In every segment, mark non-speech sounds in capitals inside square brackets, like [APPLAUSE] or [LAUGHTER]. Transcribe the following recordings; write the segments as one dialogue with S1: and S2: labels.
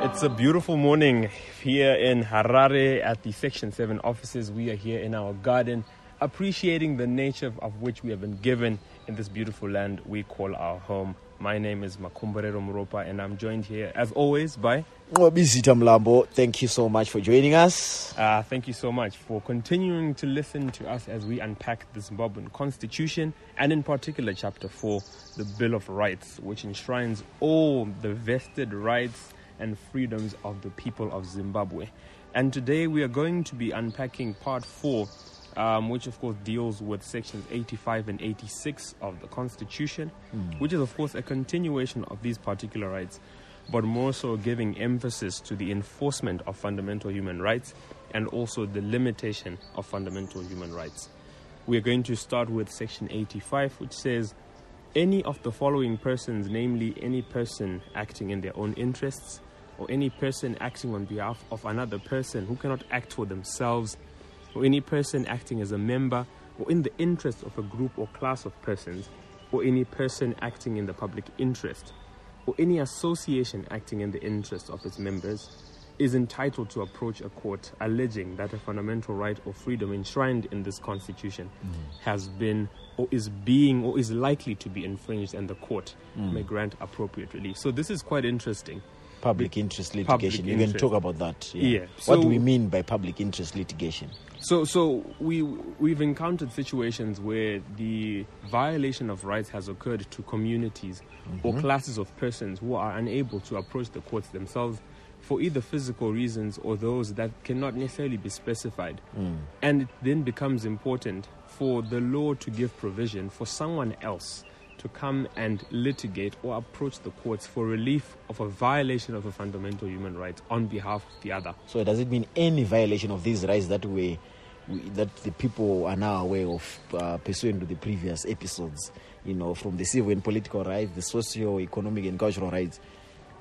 S1: It's a beautiful morning here in Harare at the Section 7 offices. We are here in our garden appreciating the nature of which we have been given in this beautiful land we call our home. My name is Makumbarero Moropa and I'm joined here as always by
S2: Wabizita Mlambo, thank you so much for joining us.
S1: Uh, thank you so much for continuing to listen to us as we unpack the Zimbabwean Constitution and, in particular, Chapter 4, the Bill of Rights, which enshrines all the vested rights and freedoms of the people of Zimbabwe. And today we are going to be unpacking Part 4, um, which, of course, deals with Sections 85 and 86 of the Constitution, which is, of course, a continuation of these particular rights but more so giving emphasis to the enforcement of fundamental human rights and also the limitation of fundamental human rights. We are going to start with section 85, which says any of the following persons, namely any person acting in their own interests or any person acting on behalf of another person who cannot act for themselves, or any person acting as a member or in the interest of a group or class of persons, or any person acting in the public interest or any association acting in the interest of its members is entitled to approach a court alleging that a fundamental right or freedom enshrined in this constitution has been or is being or is likely to be infringed and the court may grant appropriate relief. So this is quite interesting.
S2: Public interest litigation.
S1: Public
S2: We're going to
S1: interest.
S2: talk about that.
S1: Yeah.
S2: what
S1: So-
S2: do we mean by public interest litigation?
S1: So, so we we've encountered situations where the violation of rights has occurred to communities or classes of persons who are unable to approach the courts themselves for either physical reasons or those that cannot necessarily be specified. And it then becomes important for the law to give provision for someone else to come and litigate or approach the courts for relief of a violation of a fundamental human right on behalf of the other.
S2: So does it mean any violation of these rights that we, we that the people are now aware of uh, pursuant to the previous episodes? You know, from the civil and political rights, the socio-economic and cultural rights,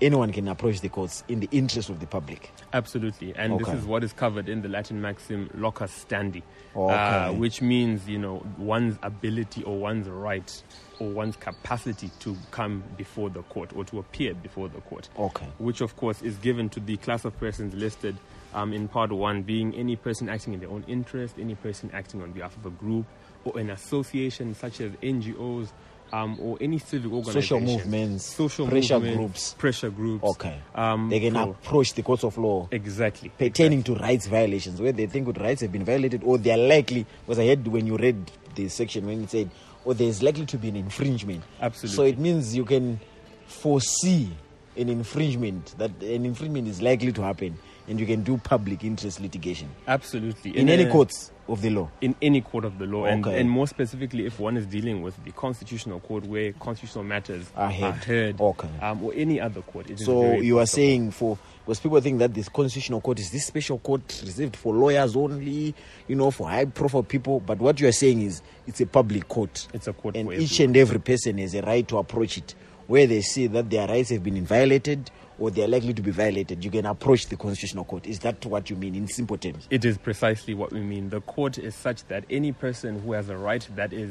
S2: anyone can approach the courts in the interest of the public.
S1: Absolutely, and
S2: Okay.
S1: this is what is covered in the Latin maxim "locus standi," uh,
S2: Okay.
S1: which means you know one's ability or one's right or one's capacity to come before the court or to appear before the court.
S2: Okay.
S1: Which, of course, is given to the class of persons listed um, in part one, being any person acting in their own interest, any person acting on behalf of a group or an association such as NGOs um, or any civic
S2: Social
S1: organization,
S2: movements,
S1: social
S2: pressure
S1: movements,
S2: groups.
S1: pressure groups.
S2: Okay.
S1: um,
S2: they can
S1: pro-
S2: approach the courts of law.
S1: Exactly.
S2: pertaining to rights violations, where they think good rights have been violated or they are likely, because I heard when you read the section when it said, or there's likely to be an infringement.
S1: Absolutely.
S2: So it means you can foresee an infringement, that an infringement is likely to happen, and you can do public interest litigation
S1: Absolutely.
S2: in, any
S1: a-
S2: courts of the law.
S1: In any court of the law, and,
S2: Okay.
S1: and more specifically, if one is dealing with the constitutional court where constitutional matters
S2: Are heard. Okay.
S1: um, or any other court. it is
S2: So
S1: very
S2: you are
S1: possible.
S2: saying for because people think that this constitutional court is this special court reserved for lawyers only, you know, for high profile people. But what you are saying is it's a public court.
S1: It's a court
S2: and
S1: for
S2: each
S1: everyone.
S2: and every person has a right to approach it, where they see that their rights have been violated or they are likely to be violated. You can approach the constitutional court. Is that what you mean in simple terms?
S1: It is precisely what we mean. The court is such that any person who has a right that is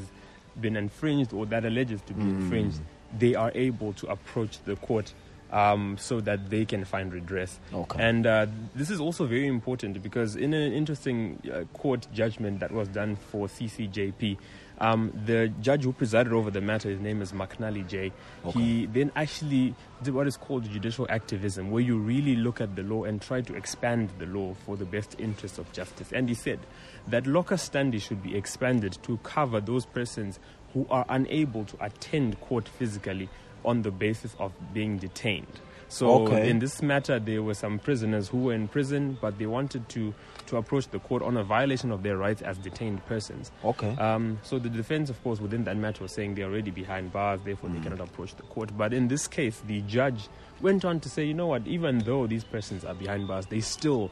S1: been infringed or that alleges to be
S2: Hmm.
S1: infringed, they are able to approach the court um, so that they can find redress.
S2: Okay.
S1: And uh, this is also very important because in an interesting uh, court judgment that was done for CCJP, um, the judge who presided over the matter, his name is McNally J. He then actually did what is called judicial activism, where you really look at the law and try to expand the law for the best interest of justice. And he said that locus standi should be expanded to cover those persons who are unable to attend court physically on the basis of being detained. So
S2: Okay.
S1: in this matter, there were some prisoners who were in prison, but they wanted to, to approach the court on a violation of their rights as detained persons.
S2: Okay.
S1: Um, so the defense, of course, within that matter was saying they're already behind bars, therefore they cannot approach the court. But in this case, the judge went on to say, you know what, even though these persons are behind bars, they still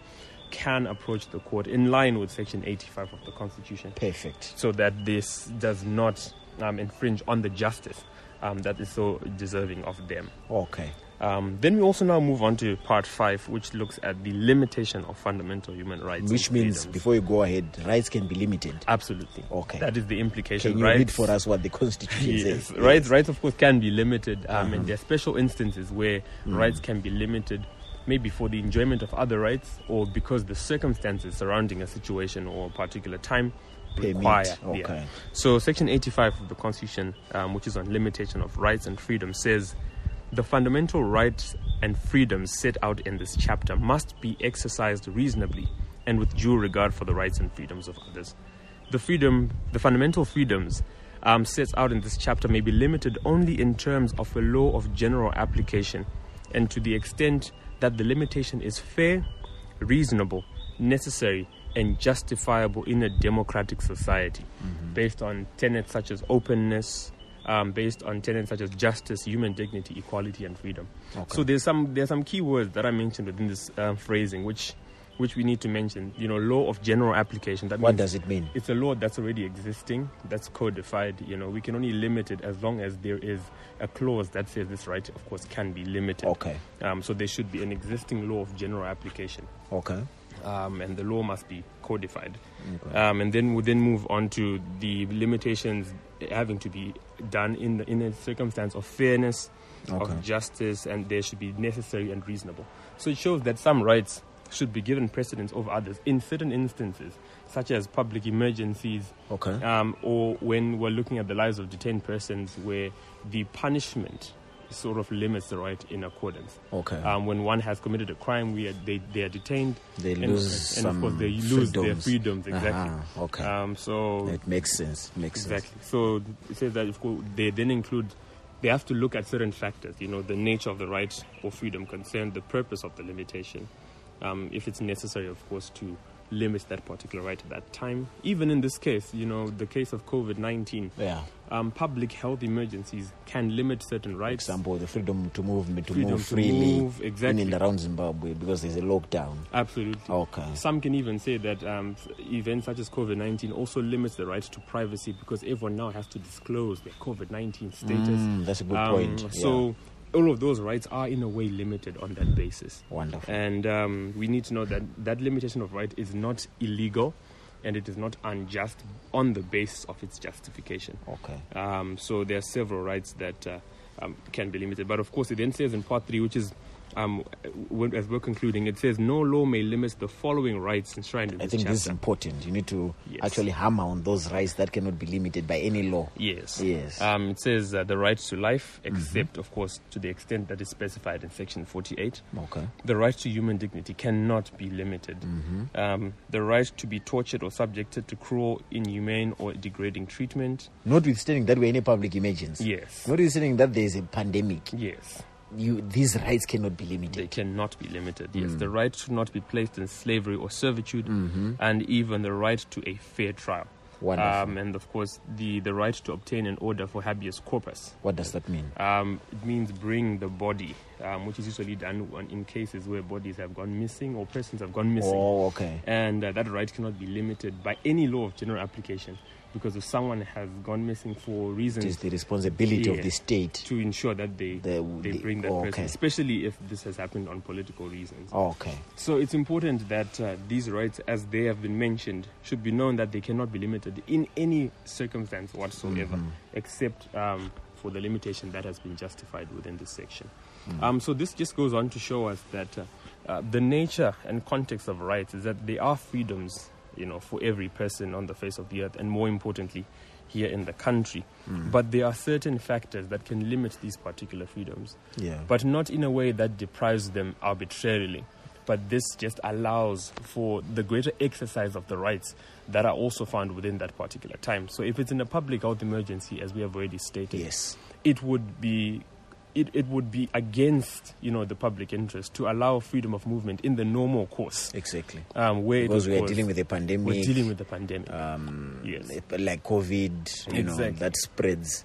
S1: can approach the court in line with Section 85 of the Constitution
S2: Perfect.
S1: so that this does not um, infringe on the justice um, that is so deserving of them.
S2: Okay.
S1: Um, then we also now move on to part five, which looks at the limitation of fundamental human rights. and
S2: Which means
S1: freedoms.
S2: before you go ahead, rights can be limited.
S1: absolutely
S2: Okay.
S1: That is the implication.
S2: Can you
S1: rights,
S2: read for us what the Constitution
S1: [LAUGHS] Yes,
S2: says? Uh-huh. Hmm.
S1: rights, rights, of course, can be limited, um, and there are special instances where rights can be limited maybe for the enjoyment of other rights or because the circumstances surrounding a situation or a particular time
S2: Permit,
S1: require.
S2: okay.
S1: So, Section 85 of the Constitution, um, which is on limitation of rights and freedoms, says the fundamental rights and freedoms set out in this chapter must be exercised reasonably and with due regard for the rights and freedoms of others. The freedom, the fundamental freedoms um, sets out in this chapter may be limited only in terms of a law of general application and to the extent that the limitation is fair, reasonable, necessary, and justifiable in a democratic society,
S2: Mm-hmm.
S1: based on tenets such as openness, um, based on tenets such as justice, human dignity, equality, and freedom. So there's some there's some key words that I mentioned within this um, phrasing, which which we need to mention. You know, law of general application. That
S2: What
S1: means
S2: does it mean?
S1: it's a law that's already existing, that's codified. You know, we can only limit it as long as there is a clause that says this right, of course, can be limited.
S2: Okay.
S1: Um, so there should be an existing law of general application,
S2: Okay.
S1: um, and the law must be codified.
S2: Okay.
S1: Um, and then we then move on to the limitations having to be done in the, in a circumstance of fairness,
S2: Okay.
S1: Uh, of justice, and they should be necessary and reasonable. So it shows that some rights should be given precedence over others in certain instances, such as public emergencies,
S2: Okay.
S1: um, or when we're looking at the lives of detained persons, where the punishment sort of limits the right in accordance.
S2: Okay.
S1: Um, when one has committed a crime, we are, they they are detained.
S2: they
S1: and-
S2: lose
S1: and, of course
S2: some
S1: they lose their
S2: freedoms.
S1: freedoms exactly.
S2: Uh-huh. Okay.
S1: Um, so
S2: it makes sense. Makes sense.
S1: exactly. So it says that of course they then include. They have to look at certain factors. You know, the nature of the right or freedom concerned, the purpose of the limitation. Um, if it's necessary, of course, to limit that particular right at that time. Even in this case, you know, the case of COVID nineteen,
S2: Yeah.
S1: um, public health emergencies can limit certain rights.
S2: Example: the freedom to move, to
S1: freedom
S2: move
S1: to
S2: freely
S1: move,
S2: in
S1: exactly,
S2: and around Zimbabwe because there's a lockdown.
S1: absolutely.
S2: Okay.
S1: Some can even say that um, events such as COVID 19 also limits the right to privacy because everyone now has to disclose their COVID 19 status.
S2: Mm, that's a good
S1: Um,
S2: point. yeah.
S1: So, all of those rights are in a way limited on that basis.
S2: wonderful.
S1: And um, we need to know that that limitation of right is not illegal and it is not unjust on the basis of its justification.
S2: Okay.
S1: Um, so there are several rights that uh, um, can be limited. But of course, it then says in part three, which is um, when, as we're concluding, it says no law may limit the following rights enshrined in
S2: I
S1: this
S2: think
S1: chapter.
S2: this is important. You need to
S1: Yes.
S2: actually hammer on those rights that cannot be limited by any law.
S1: Yes.
S2: Yes. Mm-hmm.
S1: Um, it says uh, the right to life, except, of course, to the extent that is specified in Section 48.
S2: Okay. Mm-hmm.
S1: The right to human dignity cannot be limited. Um, the right to be tortured or subjected to cruel, inhumane, or degrading treatment.
S2: Notwithstanding that we're in a public emergency.
S1: Yes.
S2: Notwithstanding that there's a pandemic,
S1: Yes.
S2: you these rights cannot be
S1: they
S2: limited.
S1: cannot be limited.
S2: Hmm.
S1: Yes, the right to not be placed in slavery or servitude, and even the right to a fair trial.
S2: Hmm. Wonderful.
S1: Um, and of course, the, the right to obtain an order for habeas corpus.
S2: what does that mean?
S1: Um, it means bring the body, um, which is usually done on- in cases where bodies have gone missing or persons have gone missing.
S2: Oh, okay.
S1: And uh, that right cannot be limited by any law of general application because if someone has gone missing for
S2: It
S1: reasons
S2: is the responsibility of
S1: Yeah.
S2: the state.
S1: to ensure that they,
S2: They-
S1: they
S2: they-
S1: bring that person,
S2: okay.
S1: especially if this has happened on political reasons.
S2: Okay.
S1: So it's important that uh, these rights, as they have been mentioned, should be known that they cannot be limited in any circumstance whatsoever,
S2: Mm-hmm.
S1: except um, for the limitation that has been justified within this section. Um, so this just goes on to show us that uh, uh, the nature and context of rights is that they are freedoms, you know, for every person on the face of the earth, and more importantly, here in the country. But there are certain factors that can limit these particular freedoms
S2: Yeah.
S1: but not in a way that deprives them arbitrarily. But this just allows for the greater exercise of the rights that are also found within that particular time. So if it's in a public health emergency, as we have already stated,
S2: yes.
S1: it would be it, it would be against you know the public interest to allow freedom of movement in the normal course
S2: Exactly.
S1: um, where it
S2: Because we are
S1: was-
S2: dealing with a pandemic.
S1: we're dealing with the pandemic.
S2: um,
S1: Yes.
S2: like COVID, you know,
S1: Exactly.
S2: that spreads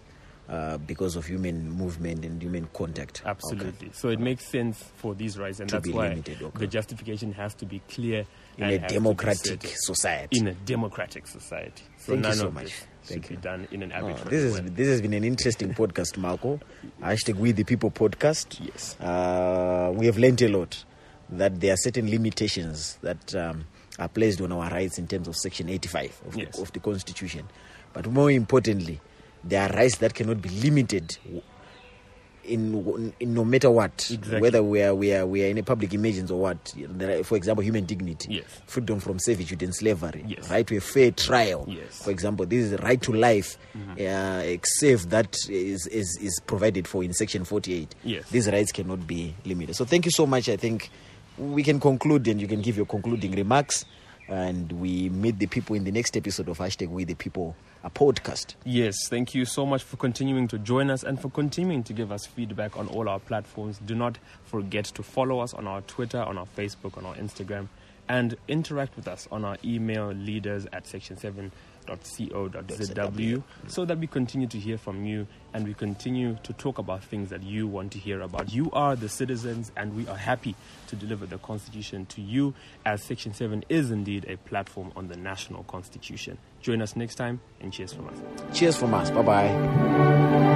S2: uh, because of human movement and human contact. Okay.
S1: Absolutely. So it makes sense for these rights, and
S2: To
S1: that's
S2: be
S1: why
S2: limited, okay.
S1: the justification has to be clear and
S2: In a
S1: has to be
S2: democratic
S1: certain.
S2: society.
S1: in a democratic society. So
S2: Thank you
S1: none
S2: so
S1: of
S2: much.
S1: this
S2: Thank
S1: should
S2: you.
S1: be done in an
S2: Oh,
S1: arbitrary
S2: this has
S1: way.
S2: this has been an interesting podcast, Marco. Hashtag We the People podcast.
S1: Yes.
S2: Uh, we have learnt a lot that there are certain limitations that um, are placed on our rights in terms of Section 85 of,
S1: Yes.
S2: the, of the Constitution. But more importantly, there are rights that cannot be limited w- in, in no matter what,
S1: Exactly.
S2: whether we are we are we are in a public emergency or what, there are, for example, human dignity,
S1: Yes.
S2: freedom from servitude and slavery,
S1: Yes.
S2: right to a fair trial,
S1: Yes.
S2: for example, this is right to life, uh, except that is, is is provided for in section forty eight.
S1: Yes.
S2: these rights cannot be limited. So thank you so much. I think we can conclude, and you can give your concluding remarks. And we meet the people in the next episode of hashtag We the People, a podcast.
S1: Yes, thank you so much for continuing to join us and for continuing to give us feedback on all our platforms. Do not forget to follow us on our Twitter, on our Facebook, on our Instagram, and interact with us on our email leaders at section7.co.zw so that we continue to hear from you and we continue to talk about things that you want to hear about. You are the citizens, and we are happy to deliver the Constitution to you, as Section 7 is indeed a platform on the national Constitution. Join us next time, and cheers from us.
S2: Cheers from us. Bye bye.